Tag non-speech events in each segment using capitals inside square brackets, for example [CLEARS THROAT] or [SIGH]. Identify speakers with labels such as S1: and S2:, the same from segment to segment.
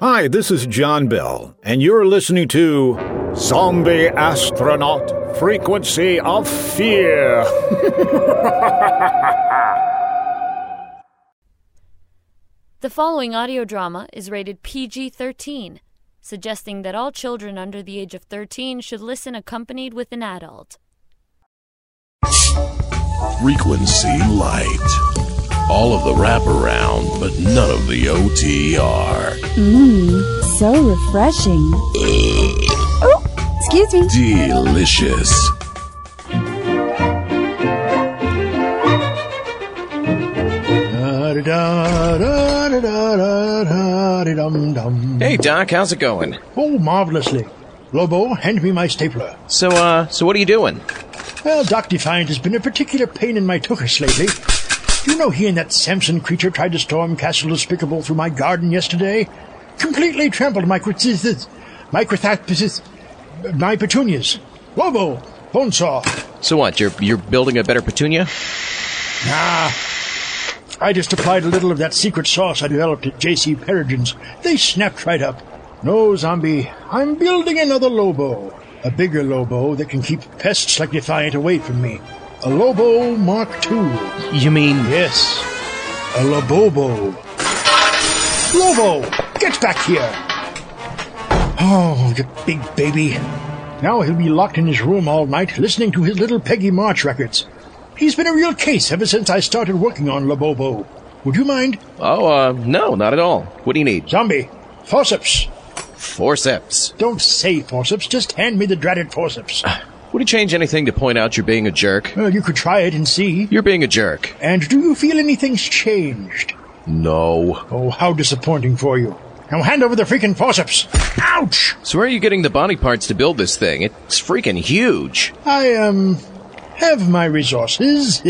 S1: Hi, this is John Bell, and you're listening to Zombie Astronaut Frequency of Fear.
S2: The following audio drama is rated PG 13, suggesting that all children under the age of 13 should listen accompanied with an adult.
S3: Frequency light. All of the wraparound, but none of the OTR.
S4: Mmm, so refreshing. oh, excuse me.
S3: Delicious.
S5: Hey, Doc, how's it going?
S6: Oh, marvelously. Lobo, hand me my stapler.
S5: So, uh, so what are you doing?
S6: Well, Doc Defiant has been a particular pain in my tuchus lately. You know he and that Samson creature tried to storm Castle Despicable through my garden yesterday? Completely trampled my crythithis, my crythithis, my petunias. Lobo, bonesaw.
S5: So what? You're you're building a better petunia?
S6: Nah. Ah. I just applied a little of that secret sauce I developed at J.C. Peregrine's. They snapped right up. No, zombie, I'm building another Lobo. A bigger Lobo that can keep pests like Defiant away from me. A Lobo Mark II.
S5: You mean
S6: Yes, a Lobobo. Lobo, get back here! Oh, the big baby. Now he'll be locked in his room all night listening to his little Peggy March records. He's been a real case ever since I started working on Lobobo. Would you mind?
S5: Oh, uh, no, not at all. What do you need?
S6: Zombie, forceps.
S5: Forceps.
S6: Don't say forceps, just hand me the dreaded forceps.
S5: Would it change anything to point out you're being a jerk?
S6: Well, you could try it and see.
S5: You're being a jerk.
S6: And do you feel anything's changed?
S5: No.
S6: Oh, how disappointing for you. Now hand over the freaking forceps. Ouch!
S5: So where are you getting the body parts to build this thing? It's freaking huge.
S6: I, um, have my resources.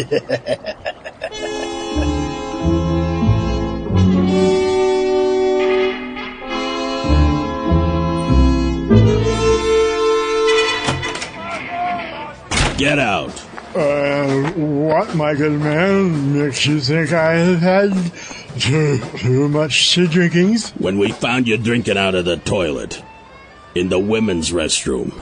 S3: Get out.
S6: uh, what, Michael Mann, makes you think I have had too, too much to drinkings?
S3: When we found you drinking out of the toilet. In the women's restroom.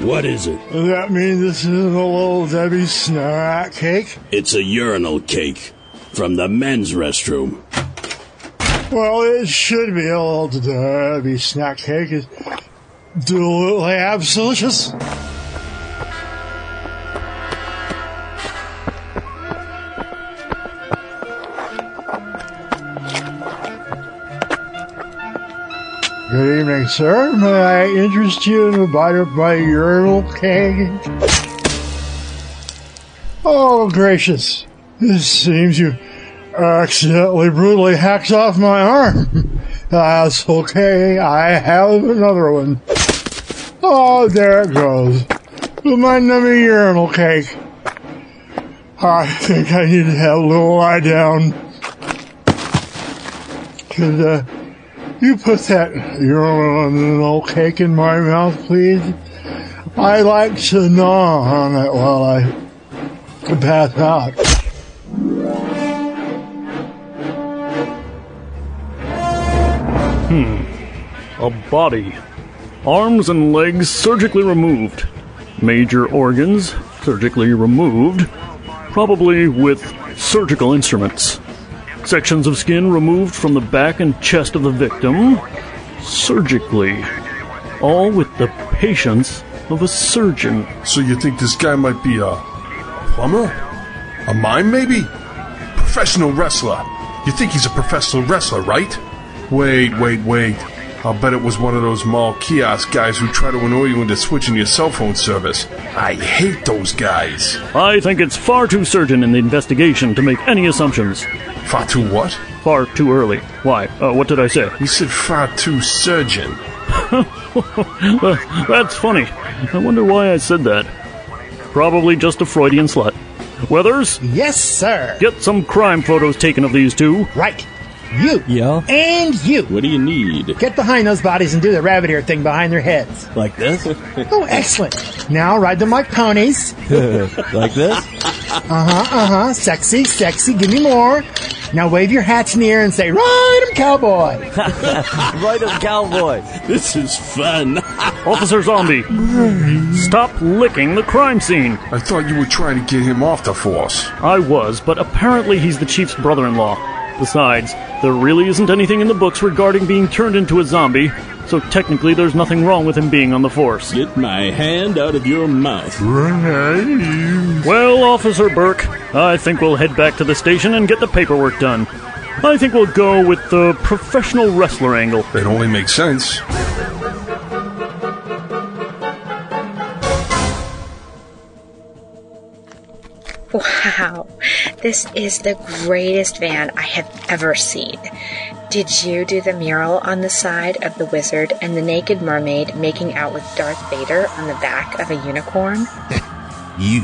S3: What is it?
S6: Does that mean this is a little Debbie Snarat cake?
S3: It's a urinal cake from the men's restroom.
S6: Well, it should be a little Debbie snack cake. It's absolutely absolutious. Good evening, sir. May I interest you in a bite of my urinal cake? Oh, gracious. This seems you accidentally brutally hacked off my arm. [LAUGHS] That's okay. I have another one. Oh, there it goes. Remind them of urinal cake. I think I need to have a little lie down. Could uh, you put that urinal cake in my mouth, please? I like to gnaw on it while I pass out.
S7: Hmm. A body. Arms and legs surgically removed. Major organs surgically removed. Probably with surgical instruments. Sections of skin removed from the back and chest of the victim. Surgically. All with the patience of a surgeon.
S8: So you think this guy might be a plumber? A mime, maybe? Professional wrestler. You think he's a professional wrestler, right? Wait, wait, wait. I'll bet it was one of those mall kiosk guys who try to annoy you into switching your cell phone service. I hate those guys.
S7: I think it's far too certain in the investigation to make any assumptions.
S8: Far too what?
S7: Far too early. Why? Uh, what did I say?
S8: You said far too
S7: [LAUGHS]
S8: surgeon.
S7: Uh, That's funny. I wonder why I said that. Probably just a Freudian slut. Weathers,
S6: Yes, sir.
S7: get some crime photos taken of these two.
S6: Right. You.
S9: Yeah?
S6: And you.
S9: What do you
S6: [LAUGHS]
S9: need?
S6: Get behind those bodies and do the rabbit ear thing behind their heads.
S9: Like this?
S6: Oh, excellent. Now ride them like ponies.
S9: [LAUGHS] like this?
S6: Uh huh, uh huh. Sexy, sexy. Give me more. Now wave your hats in the air and say, Ride 'em, cowboy.
S9: [LAUGHS] Right as cowboy. This is fun.
S7: [LAUGHS] Officer Zombie, stop licking the crime scene.
S8: I thought you were trying to get him off the force.
S7: I was, but apparently he's the chief's brother in law. Besides, there really isn't anything in the books regarding being turned into a zombie, so technically there's nothing wrong with him being on the force.
S9: Get my hand out of your mouth.
S7: Well, Officer Burke, I think we'll head back to the station and get the paperwork done. I think we'll go with the professional wrestler angle.
S8: It only makes sense.
S10: Wow, this is the greatest van I have ever seen. Did you do the mural on the side of the wizard and the naked mermaid making out with Darth Vader on the back of a unicorn?
S11: You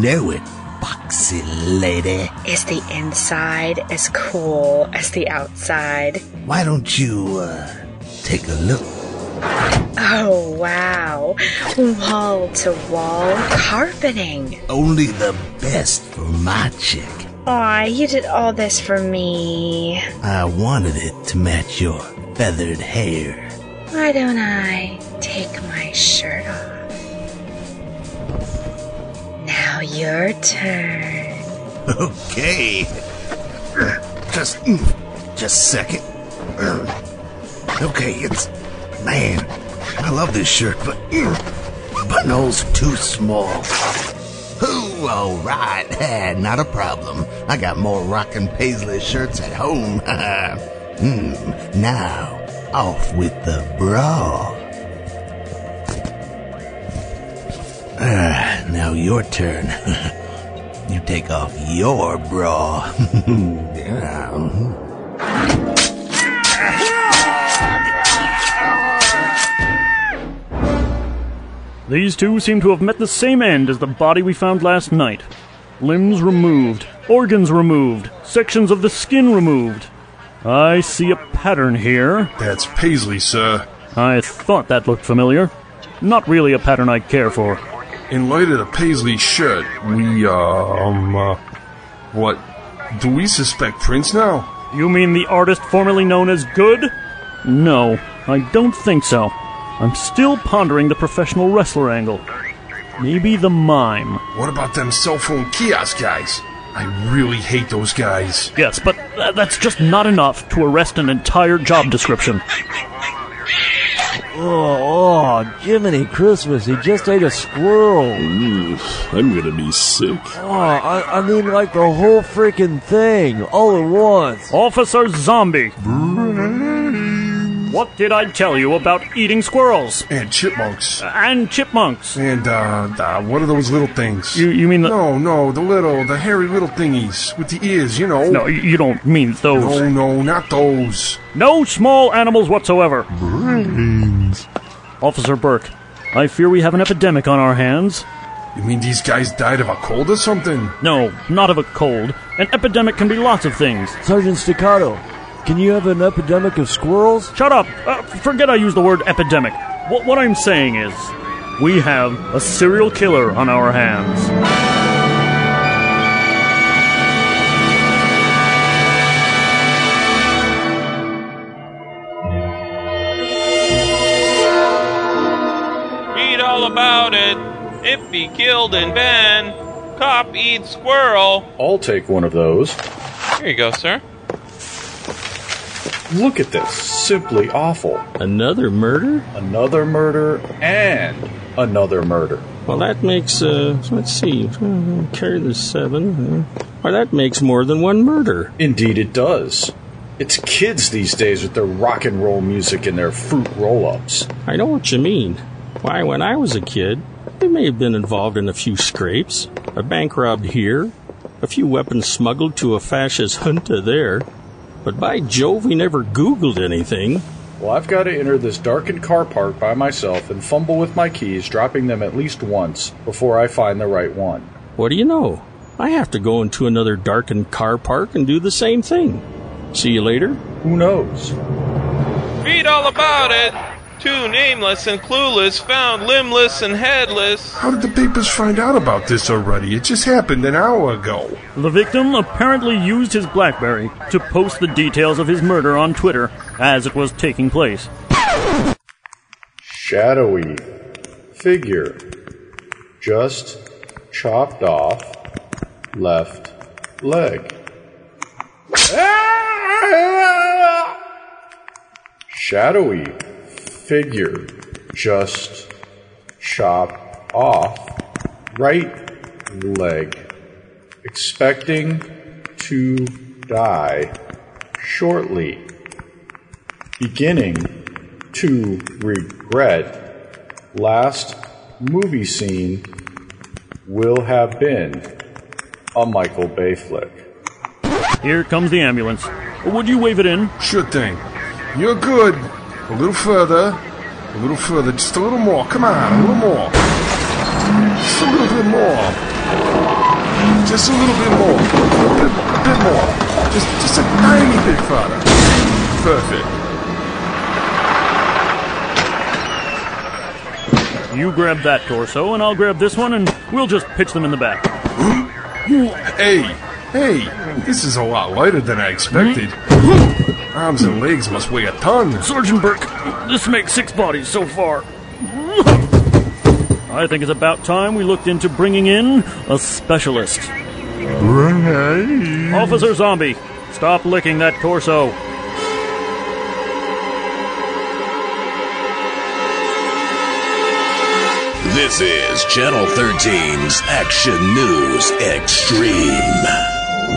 S11: know it, boxy lady.
S10: Is the inside as cool as the outside?
S11: Why don't you uh, take a look?
S10: Oh, wow. Wall to wall carpeting.
S11: Only the best for my chick.
S10: Aw, you did all this for me.
S11: I wanted it to match your feathered hair.
S10: Why don't I take my shirt off? Now your turn.
S11: [LAUGHS] Okay. Just, mm, just a second. Uh, Okay, it's man. I love this shirt, but buttonholes are too small. Ooh, all right, [LAUGHS] Eh, not a problem. I got more rockin' paisley shirts at home. [LAUGHS] Hmm. now, off with the bra. Ah, now your turn. [LAUGHS] you take off your bra. [LAUGHS] Yeah.
S7: These two seem to have met the same end as the body we found last night. Limbs removed, organs removed, sections of the skin removed. I see a pattern here.
S8: That's Paisley, sir.
S7: I thought that looked familiar. Not really a pattern I care for.
S8: In light of the Paisley shirt, we, uh, um, uh, what? Do we suspect Prince now?
S7: You mean the artist formerly known as Good? No, I don't think so. I'm still pondering the professional wrestler angle. Maybe the mime.
S8: What about them cell phone kiosk guys? I really hate those guys.
S7: Yes, but tha- that's just not enough to arrest an entire job description.
S12: Oh, oh, Jiminy Christmas, he just ate a squirrel.
S9: Ooh, I'm gonna be sick.
S12: Oh,
S8: Ah,
S12: I, I mean, like the whole freaking thing, all at once.
S9: Oh.
S7: Officer Zombie! What did I tell you about eating squirrels?
S8: And chipmunks.
S7: And chipmunks.
S8: And, uh, uh, what are those little things?
S7: You, you mean the.
S8: No, no, the little, the hairy little thingies with the ears, you know.
S7: No, you you don't mean
S8: no,
S7: those.
S8: no, not those.
S7: No small animals whatsoever. Officer Burke, I fear we have an epidemic on our hands.
S8: You mean these guys died of a cold or something?
S7: No, not of a cold. An epidemic can be lots of things.
S12: Sergeant Staccato, can you have an epidemic of squirrels?
S7: Shut up! Uh, forget I used the word epidemic. What, what I'm saying is, we have a serial killer on our hands.
S13: Read all about it. Iffy killed in van. Cop eats squirrel.
S14: I'll take one of those.
S13: Here you go, sir.
S14: Look at this. Simply awful.
S9: Another murder?
S14: Another murder and another murder.
S9: Well, that makes, uh, let's see, Uh, carry the seven. uh, Well, that makes more than one murder.
S14: Indeed, it does. It's kids these days with their rock and roll music and their fruit roll ups.
S9: I know what you mean. Why, when I was a kid, I may have been involved in a few scrapes, a bank robbed here, a few weapons smuggled to a fascist junta there, but by Jove, we never Googled anything.
S14: Well, I've got to enter this darkened car park by myself and fumble with my keys, dropping them at least once before I find the right one.
S9: What do you know? I have to go into another darkened car park and do the same thing. See you later? Who knows?
S13: Read all about it. Two nameless and clueless found limbless and headless.
S8: How did the papers find out about this already? It just happened an hour ago.
S7: The victim apparently used his Blackberry to post the details of his murder on Twitter as it was taking place.
S14: Shadowy figure just chopped off left leg. Shadowy figure just chopped off right leg. Expecting to die shortly. Beginning to regret last movie scene will have been a Michael Bay flick.
S7: Here comes the ambulance. Would you wave it in?
S8: Sure thing. You're good. A little further. A little further. Just a little more. Come on, a little more. Just a little bit more. Just a little bit more. A bit, a bit more. Just, just a tiny bit further. Perfect.
S7: You grab that torso, and I'll grab this one, and we'll just pitch them in the back.
S8: Hey, hey, this is a lot lighter than I expected. Arms and legs must weigh a ton.
S7: Hmm. Sergeant Burke, this makes six bodies so far. I think it's about time we looked into bringing in a specialist. Officer Zombie, stop licking that torso.
S3: This is Channel 13's Action News Extreme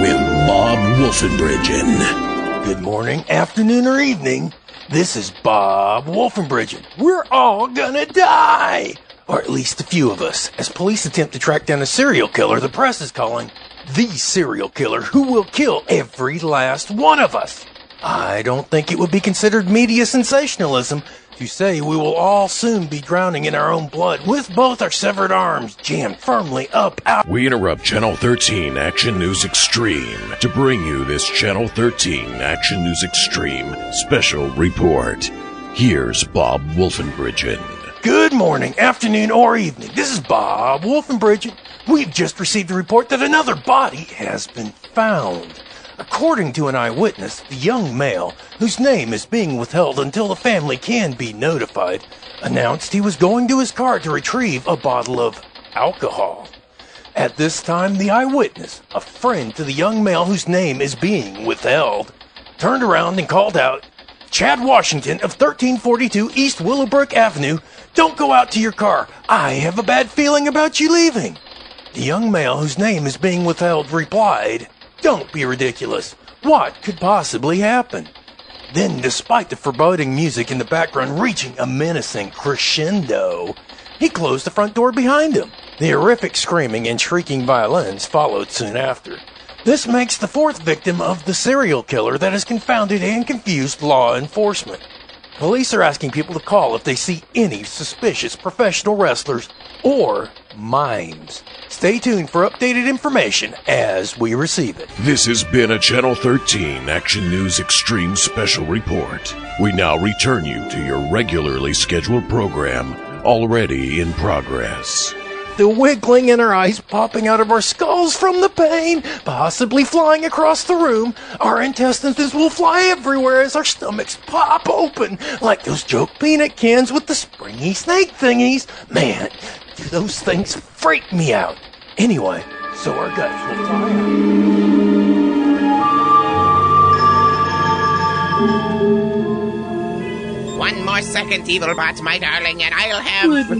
S3: with Bob Wolfenbridgen.
S15: Good morning, afternoon, or evening. This is Bob Wolfenbridgen. We're all gonna die! Or at least a few of us, as police attempt to track down a serial killer the press is calling the serial killer who will kill every last one of us. I don't think it would be considered media sensationalism to say we will all soon be drowning in our own blood with both our severed arms jammed firmly up out.
S3: We interrupt Channel 13 Action News Extreme to bring you this Channel 13 Action News Extreme special report. Here's Bob Wolfenbridgen.
S15: Good morning, afternoon, or evening. This is Bob Wolfenbridge. We've just received a report that another body has been found. According to an eyewitness, the young male, whose name is being withheld until the family can be notified, announced he was going to his car to retrieve a bottle of alcohol. At this time, the eyewitness, a friend to the young male whose name is being withheld, turned around and called out, Chad Washington of 1342 East Willowbrook Avenue, don't go out to your car. I have a bad feeling about you leaving. The young male whose name is being withheld replied, Don't be ridiculous. What could possibly happen? Then, despite the foreboding music in the background reaching a menacing crescendo, he closed the front door behind him. The horrific screaming and shrieking violins followed soon after. This makes the fourth victim of the serial killer that has confounded and confused law enforcement. Police are asking people to call if they see any suspicious professional wrestlers or mimes. Stay tuned for updated information as we receive it.
S3: This has been a Channel 13 Action News Extreme special report. We now return you to your regularly scheduled program already in progress.
S15: The wiggling in our eyes popping out of our skulls from the pain, possibly flying across the room. Our intestines will fly everywhere as our stomachs pop open, like those joke peanut cans with the springy snake thingies. Man, do those things freak me out. Anyway, so our guts will fly out.
S16: One more second, Evilbot, my darling, and I'll have. [LAUGHS]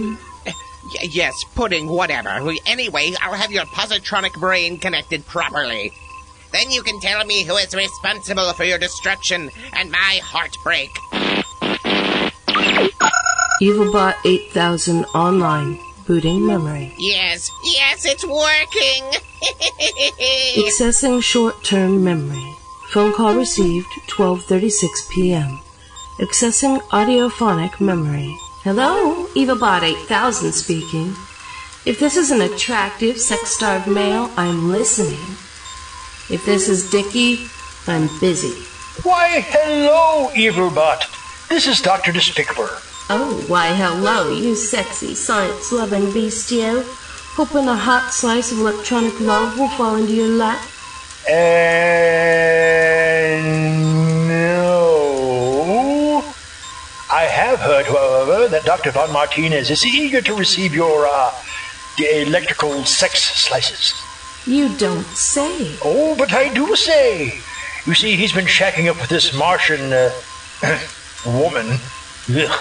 S16: Y- yes, pudding, whatever. We- Anyway, I'll have your positronic brain connected properly. Then you can tell me who is responsible for your destruction and my heartbreak.
S17: Evilbot 8000 online, booting memory.
S16: Yes, yes, it's [LAUGHS] working!
S17: Accessing short-term memory. Phone call received 12:36 p.m. Accessing audiophonic memory. Hello, Evilbot 8000 speaking. If this is an attractive, sex-starved male, I'm listening. If this is Dickie, I'm busy.
S18: Why, hello, Evilbot. This is Dr. Despicable.
S17: Oh, why hello, you sexy science loving beastio. Hoping a hot slice of electronic love will fall into your lap.
S18: And no. I have heard, however, that Dr. Von Martinez is eager to receive your uh, electrical sex slices.
S17: You don't say.
S18: Oh, but I do say. You see, he's been shacking up with this Martian uh, [CLEARS THROAT] woman. Ugh.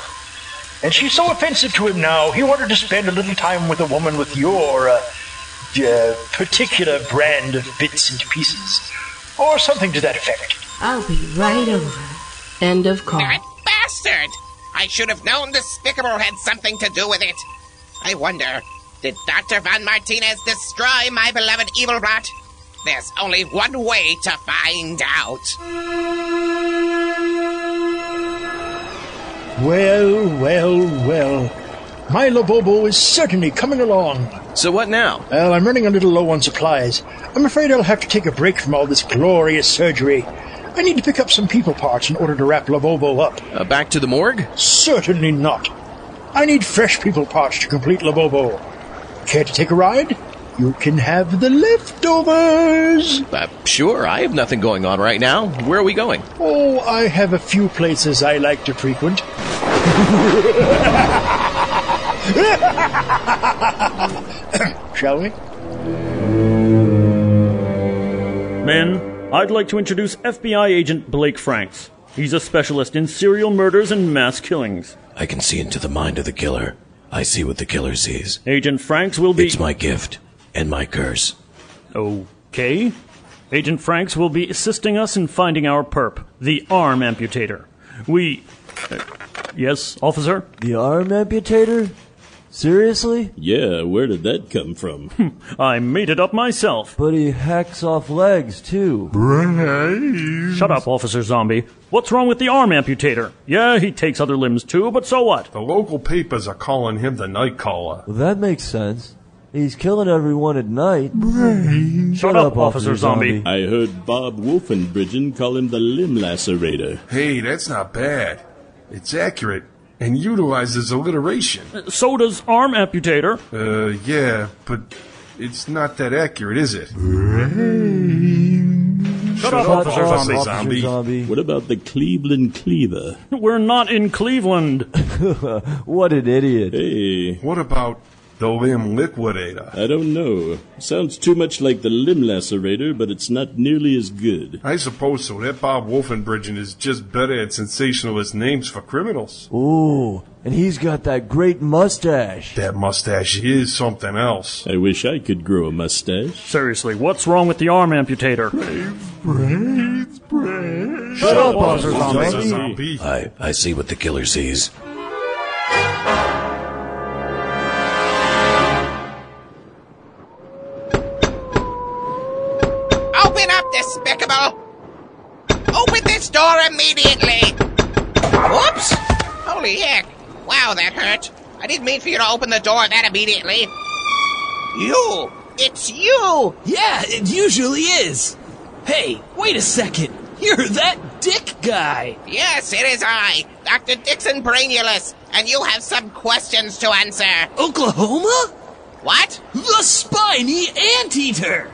S18: And she's so offensive to him now, he wanted to spend a little time with a woman with your uh, uh, particular brand of bits and pieces, or something to that effect.
S17: I'll be right over. End of call.
S16: That bastard! I should have known Despicable had something to do with it. I wonder, did Dr. Von Martinez destroy my beloved evil bot? There's only one way to find out.
S6: Well, well, well. My Lobobo is certainly coming along.
S5: So what now?
S6: Well, I'm running a little low on supplies. I'm afraid I'll have to take a break from all this glorious surgery. I need to pick up some people parts in order to wrap Lobobo up.
S5: Uh, back to the morgue?
S6: Certainly not. I need fresh people parts to complete Lobobo. Care to take a ride? You can have the leftovers.
S5: Uh, sure, I have nothing going on right now. Where are we going?
S6: Oh, I have a few places I like to frequent. [LAUGHS] Shall we?
S7: Men, I'd like to introduce FBI agent Blake Franks. He's a specialist in serial murders and mass killings.
S19: I can see into the mind of the killer. I see what the killer sees.
S7: Agent Franks will be.
S19: It's my gift and my curse.
S7: Okay. Agent Franks will be assisting us in finding our perp, the arm amputator. We. uh, yes, officer?
S12: The arm amputator? Seriously?
S20: Yeah,
S7: Uh,
S20: where did that come from?
S7: [LAUGHS] I made it up myself.
S12: But he hacks off legs, too.
S7: Shut up, Officer Zombie. What's wrong with the arm amputator? Yeah, he takes other limbs too, but so what?
S8: The local papers are calling him the Night Caller.
S12: Well, that makes sense. He's killing everyone at night.
S7: Shut up, Officer Zombie.
S20: I heard Bob Wolfenbridgen call him the limb lacerator.
S8: Hey, that's not bad. It's accurate and utilizes alliteration.
S7: Uh, So does arm amputator.
S8: Uh, yeah, but it's not that accurate, is it? Shut up, Officer Zombie. Zombie.
S20: What about the Cleveland Cleaver?
S7: We're not in Cleveland.
S12: [LAUGHS] what an idiot.
S20: Hey.
S8: What about the limb liquidator?
S20: I don't know. Sounds too much like the limb lacerator, but it's not nearly as good.
S8: I suppose so. That Bob Wolfenbridgen is just better at sensationalist names for criminals.
S12: Ooh, and he's got that great mustache.
S8: That mustache is something else.
S20: I wish I could grow a mustache.
S7: Seriously, what's wrong with the arm amputator?
S8: Shut
S7: up, Officer Zombie.
S19: I, I see what the killer sees.
S16: Open up, Despicable! Open this door immediately! Whoops! Holy heck! Wow, that hurt. I didn't mean for you to open the door that immediately. You! It's you!
S21: Yeah, it usually is. Hey, wait a second. You're that dick guy. [LAUGHS]
S16: Yes, it is I, Dr. Dixon Brainulus, and you have some questions to answer.
S21: Oklahoma?
S16: What?
S21: The spiny anteater.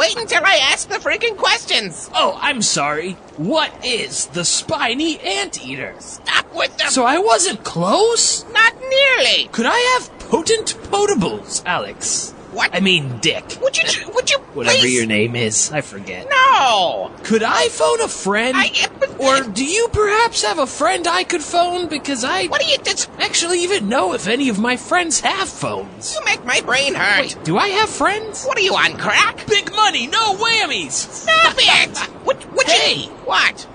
S16: Wait until I ask the freaking questions.
S21: Oh, I'm sorry. What is the spiny anteater?
S16: Stop with the.
S21: So I wasn't close?
S16: Not nearly!
S21: Could I have potent potables, Alex?
S16: What?
S21: I mean, Dick.
S16: Would you. ju- Would you.
S21: Whatever
S16: please?
S21: your name is, I forget.
S16: No!
S21: Could I phone a friend?
S16: I-
S21: or do you perhaps have a friend I could phone? Because I
S16: What do you. That's,
S21: actually even know if any of my friends have phones.
S16: you make my brain hurt.
S21: Wait, do I have friends?
S16: What are you on crack?
S21: Big money, no whammies!
S16: Stop it! What? What?
S21: Hey!
S16: You, what?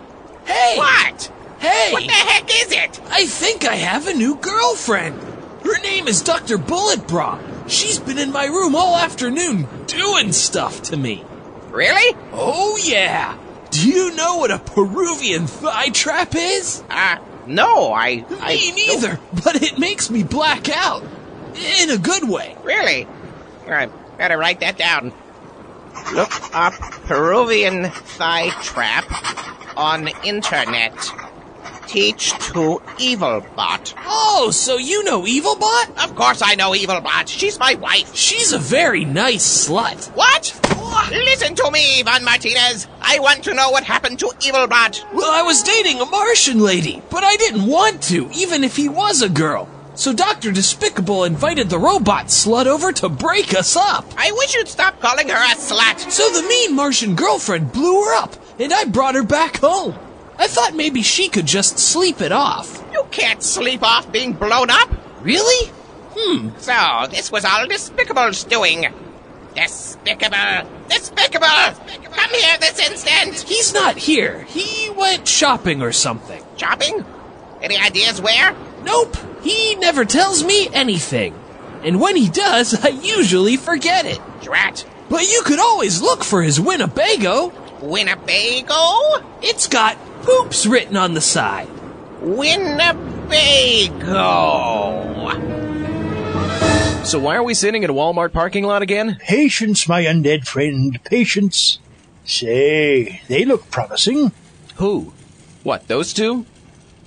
S21: Hey!
S16: What?
S21: Hey!
S16: What the heck is it?
S21: I think I have a new girlfriend. Her name is Dr. Bullet Bra. She's been in my room all afternoon doing stuff to me.
S16: Really?
S21: Oh, yeah. Do you know what a Peruvian thigh trap is?
S16: Uh, no, I. I
S21: me neither, but it makes me black out. In a good way.
S16: Really? I better write that down. Look up Peruvian thigh trap on internet. Teach to Evilbot.
S21: Oh, so you know Evilbot?
S16: Of course I know Evilbot. She's my wife.
S21: She's a very nice slut.
S16: What? Listen to me, Ivan Martinez. I want to know what happened to Evilbot.
S21: Well, I was dating a Martian lady, but I didn't want to, even if he was a girl. So Dr. Despicable invited the robot slut over to break us up.
S16: I wish you'd stop calling her a slut.
S21: So the mean Martian girlfriend blew her up, and I brought her back home. I thought maybe she could just sleep it off.
S16: You can't sleep off being blown up.
S21: Really?
S16: Hmm. So this was all Despicable's doing. Despicable! Despicable! Come here this instant!
S21: He's not here. He went shopping or something.
S16: Shopping? Any ideas where?
S21: Nope. He never tells me anything. And when he does, I usually forget it.
S16: Drat.
S21: But you could always look for his Winnebago.
S16: Winnebago?
S21: It's got poops written on the side.
S16: Oh. Winnebago.
S5: So why are we sitting in a Walmart parking lot again?
S18: Patience, my undead friend, patience. Say, they look promising.
S5: Who? What, those two?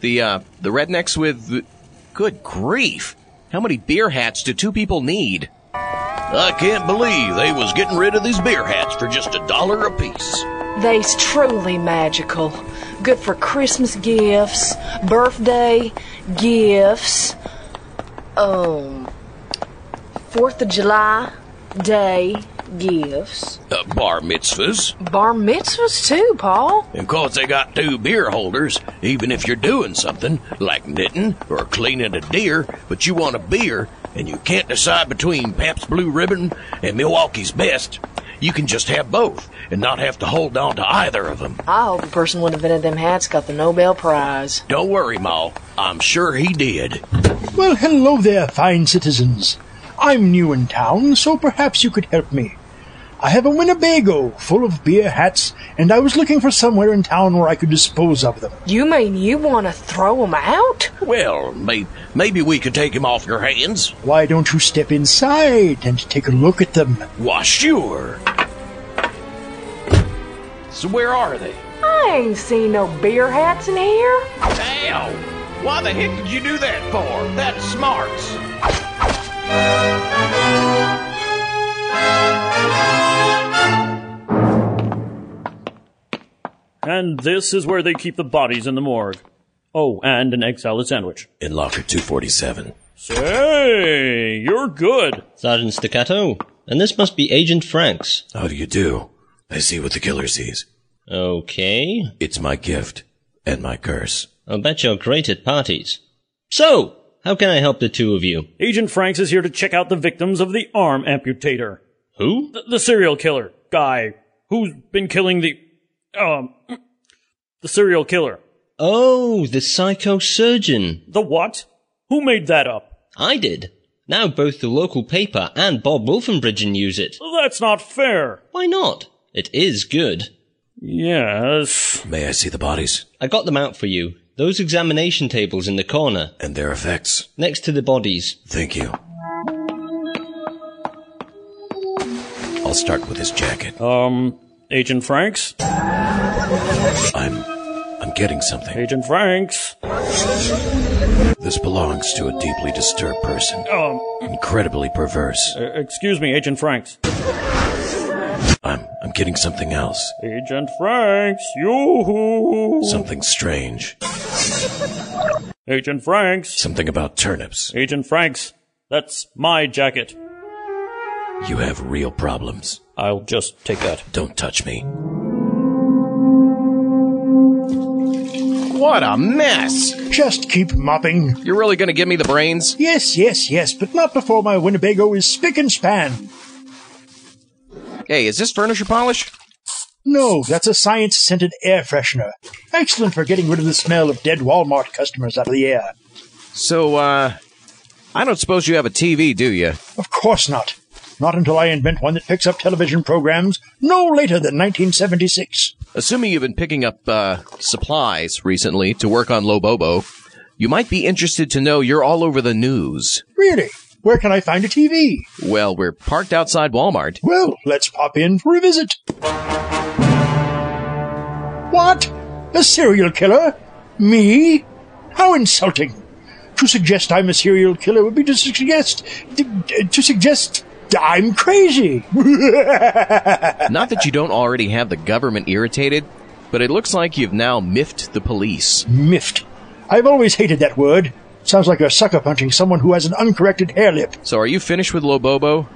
S5: The, uh, the rednecks with. The... Good grief! How many beer hats do two people need?
S1: I can't believe they was getting rid of these beer hats for just a dollar apiece.
S2: They's truly magical. Good for Christmas gifts, birthday gifts, um, Fourth of July Day gifts.
S1: Uh, bar mitzvahs.
S2: Bar mitzvahs too, Paul.
S1: Of course, they got two beer holders, even if you're doing something like knitting or cleaning a deer, but you want a beer and you can't decide between Pabst Blue Ribbon and Milwaukee's Best. You can just have both and not have to hold on to either of them.
S2: I hope the person who invented them hats got the Nobel Prize.
S1: Don't worry, Ma. I'm sure he did.
S6: Well, hello there, fine citizens. I'm new in town, so perhaps you could help me. I have a Winnebago full of beer hats, and I was looking for somewhere in town where I could dispose of them.
S2: You mean you want to throw 'em out?
S1: Well, may- maybe we could take 'em off your hands.
S6: Why don't you step inside and take a look at them?
S1: Why, sure. So, where are they?
S2: I ain't seen no beer hats in here.
S1: Ow! Why the heck did you do that for? That's smart.
S22: And this is where they keep the bodies in the morgue. Oh, and an egg salad sandwich.
S19: In locker 247.
S22: Say, you're good.
S23: Sergeant Staccato, and this must be Agent Franks.
S19: How do you do? I see what the killer sees.
S23: Okay.
S19: It's my gift and my curse.
S23: I'll bet you're great at parties. So, how can I help the two of you?
S22: Agent Franks is here to check out the victims of the arm amputator.
S23: Who?
S22: The, the serial killer guy who's been killing the um the serial killer.
S23: Oh, the psychosurgeon.
S22: The what? Who made that up?
S23: I did. Now both the local paper and Bob Wolfenbridgen use it.
S22: That's not fair.
S23: Why not? It is good.
S22: Yes.
S19: May I see the bodies?
S23: I got them out for you. Those examination tables in the corner.
S19: And their effects.
S23: Next to the bodies.
S19: Thank you. I'll start with his jacket.
S22: Um, Agent Franks?
S19: I'm. I'm getting something.
S22: Agent Franks?
S19: This belongs to a deeply disturbed person.
S22: Um,
S19: Incredibly perverse.
S22: uh, excuse me, Agent Franks.
S19: I'm. I'm getting something else.
S22: Agent Franks, you.
S19: Something strange.
S22: Agent Franks.
S19: Something about turnips.
S22: Agent Franks, that's my jacket.
S19: You have real problems.
S22: I'll just take that.
S19: Don't touch me.
S5: What a mess!
S6: Just keep mopping.
S5: You're really gonna give me the brains?
S6: Yes, yes, yes, but not before my Winnebago is spick and span.
S5: Hey, is this furniture polish?
S6: No, that's a science scented air freshener. Excellent for getting rid of the smell of dead Walmart customers out of the air.
S5: So, uh, I don't suppose you have a TV, do you?
S6: Of course not. Not until I invent one that picks up television programs no later than 1976.
S5: Assuming you've been picking up uh, supplies recently to work on Lobobo, you might be interested to know you're all over the news.
S6: Really? Where can I find a TV?
S5: Well, we're parked outside Walmart.
S6: Well, let's pop in for a visit. What?
S18: A serial killer?
S6: Me? How insulting! To suggest I'm a serial killer would be to suggest to suggest I'm crazy. [LAUGHS]
S5: Not that you don't already have the government irritated, but it looks like you've now miffed the police.
S6: Miffed. I've always hated that word. Sounds like you're sucker punching someone who has an uncorrected hair lip.
S5: So are you finished with Lobobo?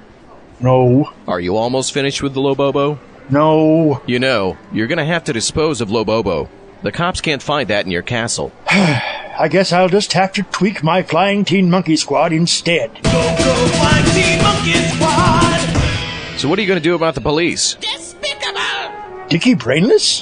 S6: No.
S5: Are you almost finished with the Lobobo?
S6: No.
S5: You know, you're gonna have to dispose of Lobobo. The cops can't find that in your castle.
S6: I guess I'll just have to tweak my flying teen monkey squad instead.
S5: So what are you gonna do about the police?
S21: [LAUGHS]
S6: Dicky
S5: [LAUGHS]
S6: Brainless?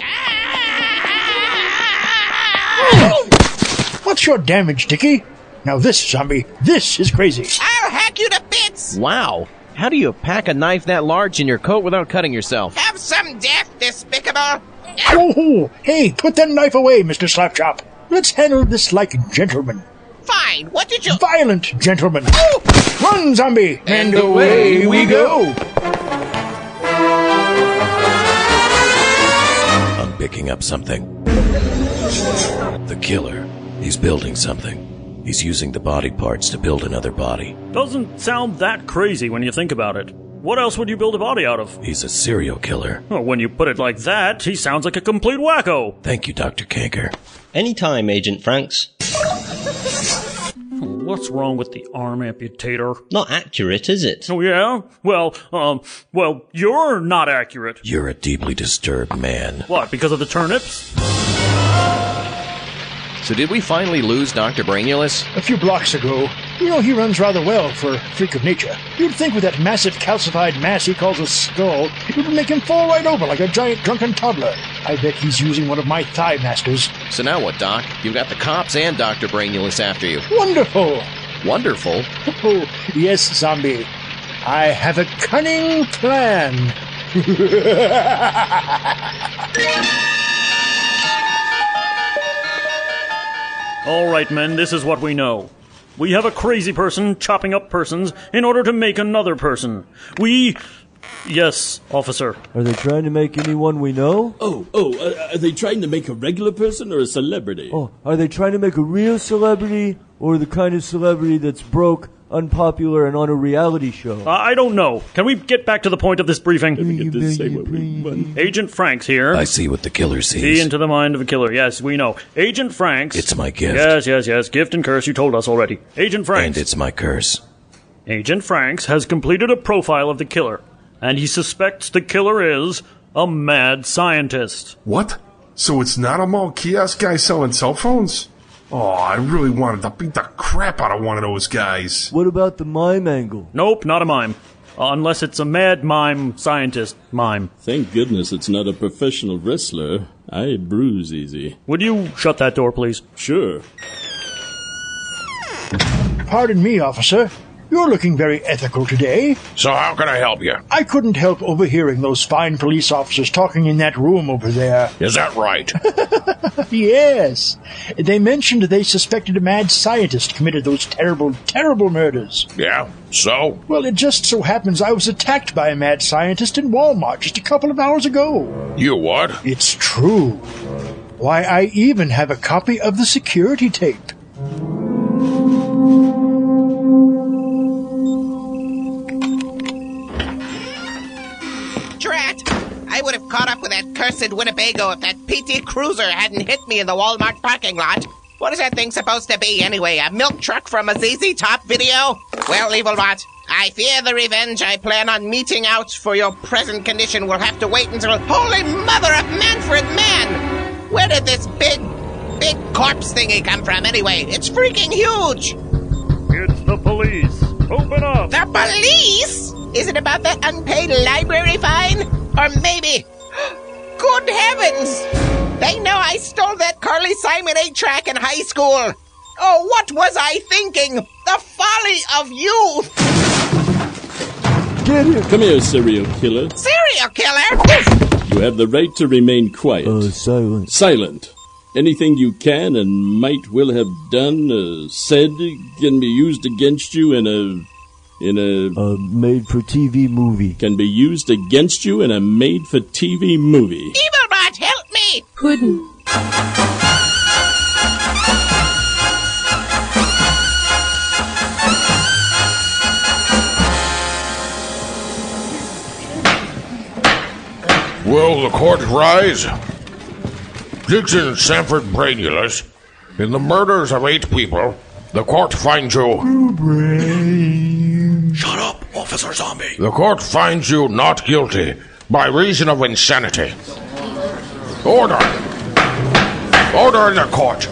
S6: What's your damage, Dicky? Now this, zombie, this is crazy.
S16: I'll hack you to bits!
S5: Wow. How do you pack a knife that large in your coat without cutting yourself?
S16: Have some death, despicable!
S6: Oh, hey, put that knife away, Mr. Slapchop. Let's handle this like gentlemen.
S16: Fine, what did you. Oh!
S6: Violent gentlemen. Run, zombie!
S16: And away we go.
S19: I'm picking up something. The killer. He's building something. He's using the body parts to build another body.
S7: Doesn't sound that crazy when you think about it. What else would you build a body out of?
S19: He's a serial killer.
S7: Well, when you put it like that, he sounds like a complete wacko.
S19: Thank you, Dr. Kanker.
S23: Anytime, Agent Franks.
S7: What's wrong with the arm amputator?
S23: Not accurate, is it?
S7: Oh, yeah? Well, um, well, you're not accurate.
S19: You're a deeply disturbed man.
S7: What, because of the turnips?
S5: So did we finally lose Dr. Brainulus?
S6: A few blocks ago, you know he runs rather well for a freak of nature. You'd think with that massive calcified mass he calls a skull, it would make him fall right over like a giant drunken toddler. I bet he's using one of my thigh masters.
S5: So now what, Doc? You've got the cops and Dr. Brainulus after you.
S6: Wonderful!
S5: Wonderful?
S6: [LAUGHS] Oh, yes, zombie. I have a cunning plan. [LAUGHS]
S7: All right, men, this is what we know. We have a crazy person chopping up persons in order to make another person. We. Yes, officer.
S12: Are they trying to make anyone we know?
S20: Oh, oh, uh, are they trying to make a regular person or a celebrity?
S12: Oh, are they trying to make a real celebrity or the kind of celebrity that's broke, unpopular, and on a reality show?
S7: I I don't know. Can we get back to the point of this briefing? Agent Franks here.
S19: I see what the killer sees.
S7: See into the mind of a killer. Yes, we know. Agent Franks.
S19: It's my gift.
S7: Yes, yes, yes. Gift and curse. You told us already. Agent Franks.
S19: And it's my curse.
S7: Agent Franks has completed a profile of the killer, and he suspects the killer is a mad scientist.
S8: What? So it's not a mall kiosk guy selling cell phones? Oh, I really wanted to beat the crap out of one of those guys.
S12: What about the mime angle?
S7: Nope, not a mime. Unless it's a mad mime scientist mime.
S20: Thank goodness it's not a professional wrestler. I bruise easy.
S7: Would you shut that door, please?
S20: Sure.
S6: Pardon me, officer. You're looking very ethical today.
S3: So, how can I help you?
S6: I couldn't help overhearing those fine police officers talking in that room over there.
S3: Is that right?
S6: [LAUGHS] yes. They mentioned they suspected a mad scientist committed those terrible, terrible murders.
S3: yeah. So?
S6: Well, it just so happens I was attacked by a mad scientist in Walmart just a couple of hours ago.
S3: You what?
S6: It's true. Why, I even have a copy of the security tape.
S16: Drat! I would have caught up with that cursed Winnebago if that PT Cruiser hadn't hit me in the Walmart parking lot. What is that thing supposed to be anyway? A milk truck from a ZZ Top video? Well, Evilbot, I fear the revenge I plan on meting out for your present condition will have to wait until. Holy Mother of Manfred Man! Where did this big, big corpse thingy come from anyway? It's freaking huge!
S7: It's the police. Open up!
S16: The police? Is it about that unpaid library fine? Or maybe. [GASPS] Good heavens! They know I stole that Carly Simon 8 track in high school! Oh, what was I thinking? The folly of youth!
S12: Get him!
S20: Come here, serial killer.
S16: Serial killer!
S20: You have the right to remain quiet.
S12: Oh, silence.
S20: Silent. Anything you can and might will have done, uh, said, can be used against you in a. in a.
S12: A made for TV movie.
S20: can be used against you in a made for TV movie.
S16: Evilbot, help me!
S17: Puddin'.
S4: Will the court rise? Dixon Sanford Brainulus, in the murders of eight people, the court finds you.
S24: Shut up, Officer Zombie.
S4: The court finds you not guilty by reason of insanity. Order! Order in the court!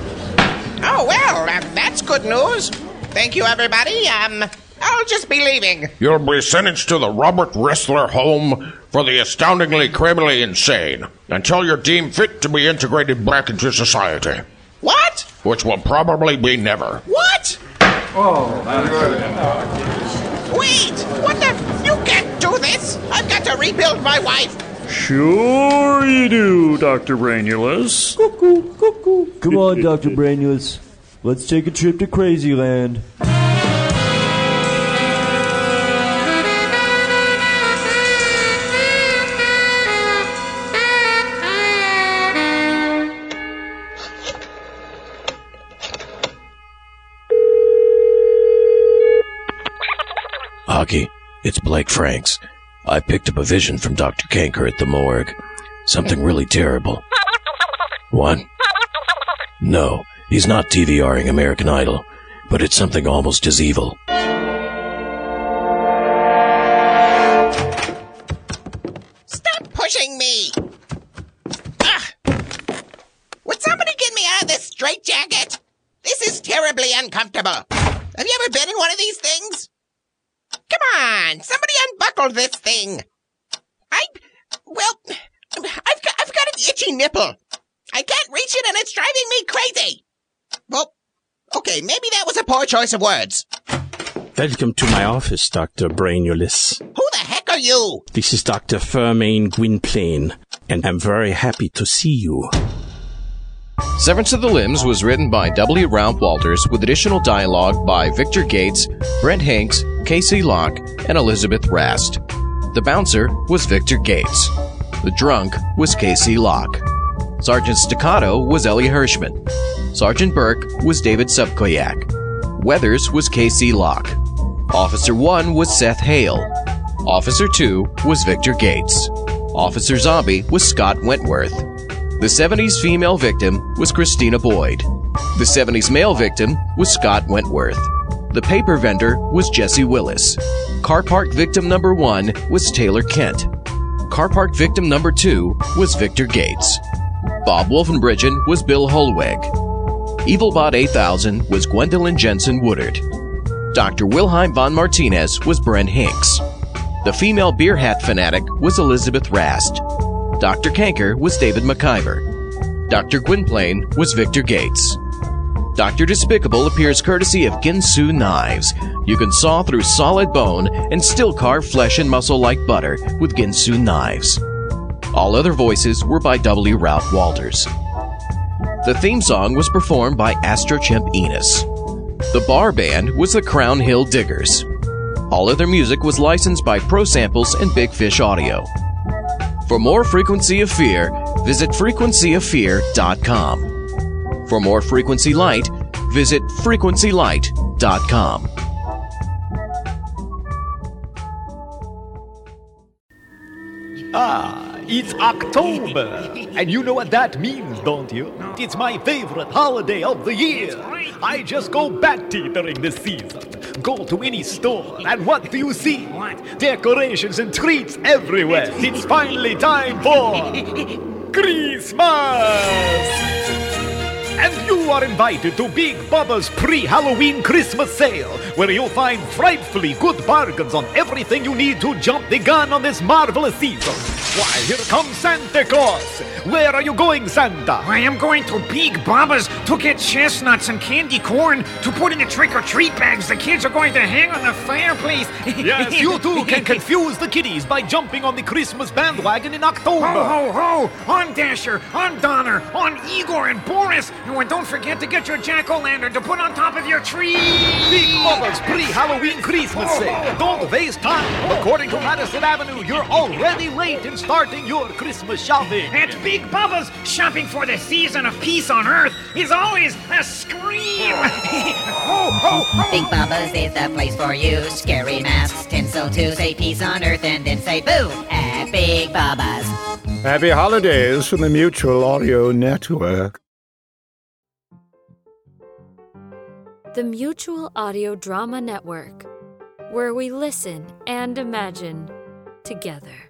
S16: Oh, well, uh, that's good news. Thank you, everybody. Um, I'll just be leaving.
S4: You'll be sentenced to the Robert Wrestler Home for the astoundingly criminally insane until you're deemed fit to be integrated back into society.
S16: What?
S4: Which will probably be never.
S16: What?
S4: Oh,
S16: Wait! What the? You can't do this! I've got to rebuild my wife!
S7: Sure you do, Dr. Brainulus.
S12: Come on, Dr. Brainless. Let's take a trip to Crazy Land.
S19: Hockey, it's Blake Franks. I picked up a vision from Dr. Kanker at the morgue. Something really terrible. What? No, he's not DVRing American Idol, but it's something almost as evil.
S16: Stop pushing me! Ugh. Would somebody get me out of this straitjacket? This is terribly uncomfortable. Have you ever been in one of these things? Come on, somebody unbuckle this thing. I, well, I've got, I've got an itchy nipple. I can't reach it and it's driving me crazy. Well, okay, maybe that was a poor choice of words.
S9: Welcome to my office, Dr. Brainulus.
S16: Who the heck are you?
S9: This is Dr. Fermain Gwynplaine, and I'm very happy to see you.
S5: Severance of the Limbs was written by W. Ralph Walters with additional dialogue by Victor Gates, Brent Hanks, Casey Locke, and Elizabeth Rast. The bouncer was Victor Gates. The drunk was Casey Locke. Sergeant Staccato was Ellie Hirschman. Sergeant Burke was David Subkoyak. Weathers was Casey Locke. Officer 1 was Seth Hale. Officer 2 was Victor Gates. Officer Zombie was Scott Wentworth. The 70s female victim was Christina Boyd. The 70s male victim was Scott Wentworth. The paper vendor was Jesse Willis. Car park victim number one was Taylor Kent. Car park victim number two was Victor Gates. Bob Wolfenbridgen was Bill Holweg. Evilbot 8000 was Gwendolyn Jensen Woodard. Dr. Wilhelm von Martinez was Brent Hinks. The female beer hat fanatic was Elizabeth Rast. Dr. Kanker was David McIver. Dr. Gwynplaine was Victor Gates. Dr. Despicable appears courtesy of Ginsu Knives. You can saw through solid bone and still carve flesh and muscle like butter with Ginsu Knives. All other voices were by W. Ralph Walters. The theme song was performed by Astrochimp Enos. The bar band was the Crown Hill Diggers. All other music was licensed by Pro Samples and Big Fish Audio. For more Frequency of Fear, visit frequencyoffear.com. For more Frequency Light, visit frequencylight.com.
S25: Ah, it's October. And you know what that means, don't you? It's my favorite holiday of the year. I just go batty during this season. Go to any store, and what do you see? Decorations and treats everywhere. It's finally time for Christmas! And you are invited to Big Bubba's pre Halloween Christmas sale, where you'll find frightfully good bargains on everything you need to jump the gun on this marvelous season. Why, here comes Santa Claus! Where are you going, Santa?
S11: I am going to Big Baba's to get chestnuts and candy corn to put in the trick or treat bags the kids are going to hang on the fireplace. [LAUGHS]
S25: Yes, you too can confuse the kiddies by jumping on the Christmas bandwagon in October.
S11: Ho, ho, ho! On Dasher, on Donner, on Igor and Boris! Oh, and don't forget to get your jack o' lantern to put on top of your tree!
S25: Big Bubba's pre Halloween Christmas sale. Don't waste time. According to Madison Avenue, you're already late in starting your Christmas shopping.
S11: At Big Bubba's, shopping for the season of peace on Earth is always a scream! [LAUGHS] oh, oh, oh!
S26: Big Bubba's is the place for you. Scary masks, tinsel too. Say peace on earth and then say boo at Big Bubba's.
S25: Happy holidays from the Mutual Audio Network.
S27: The Mutual Audio Drama Network, where we listen and imagine together.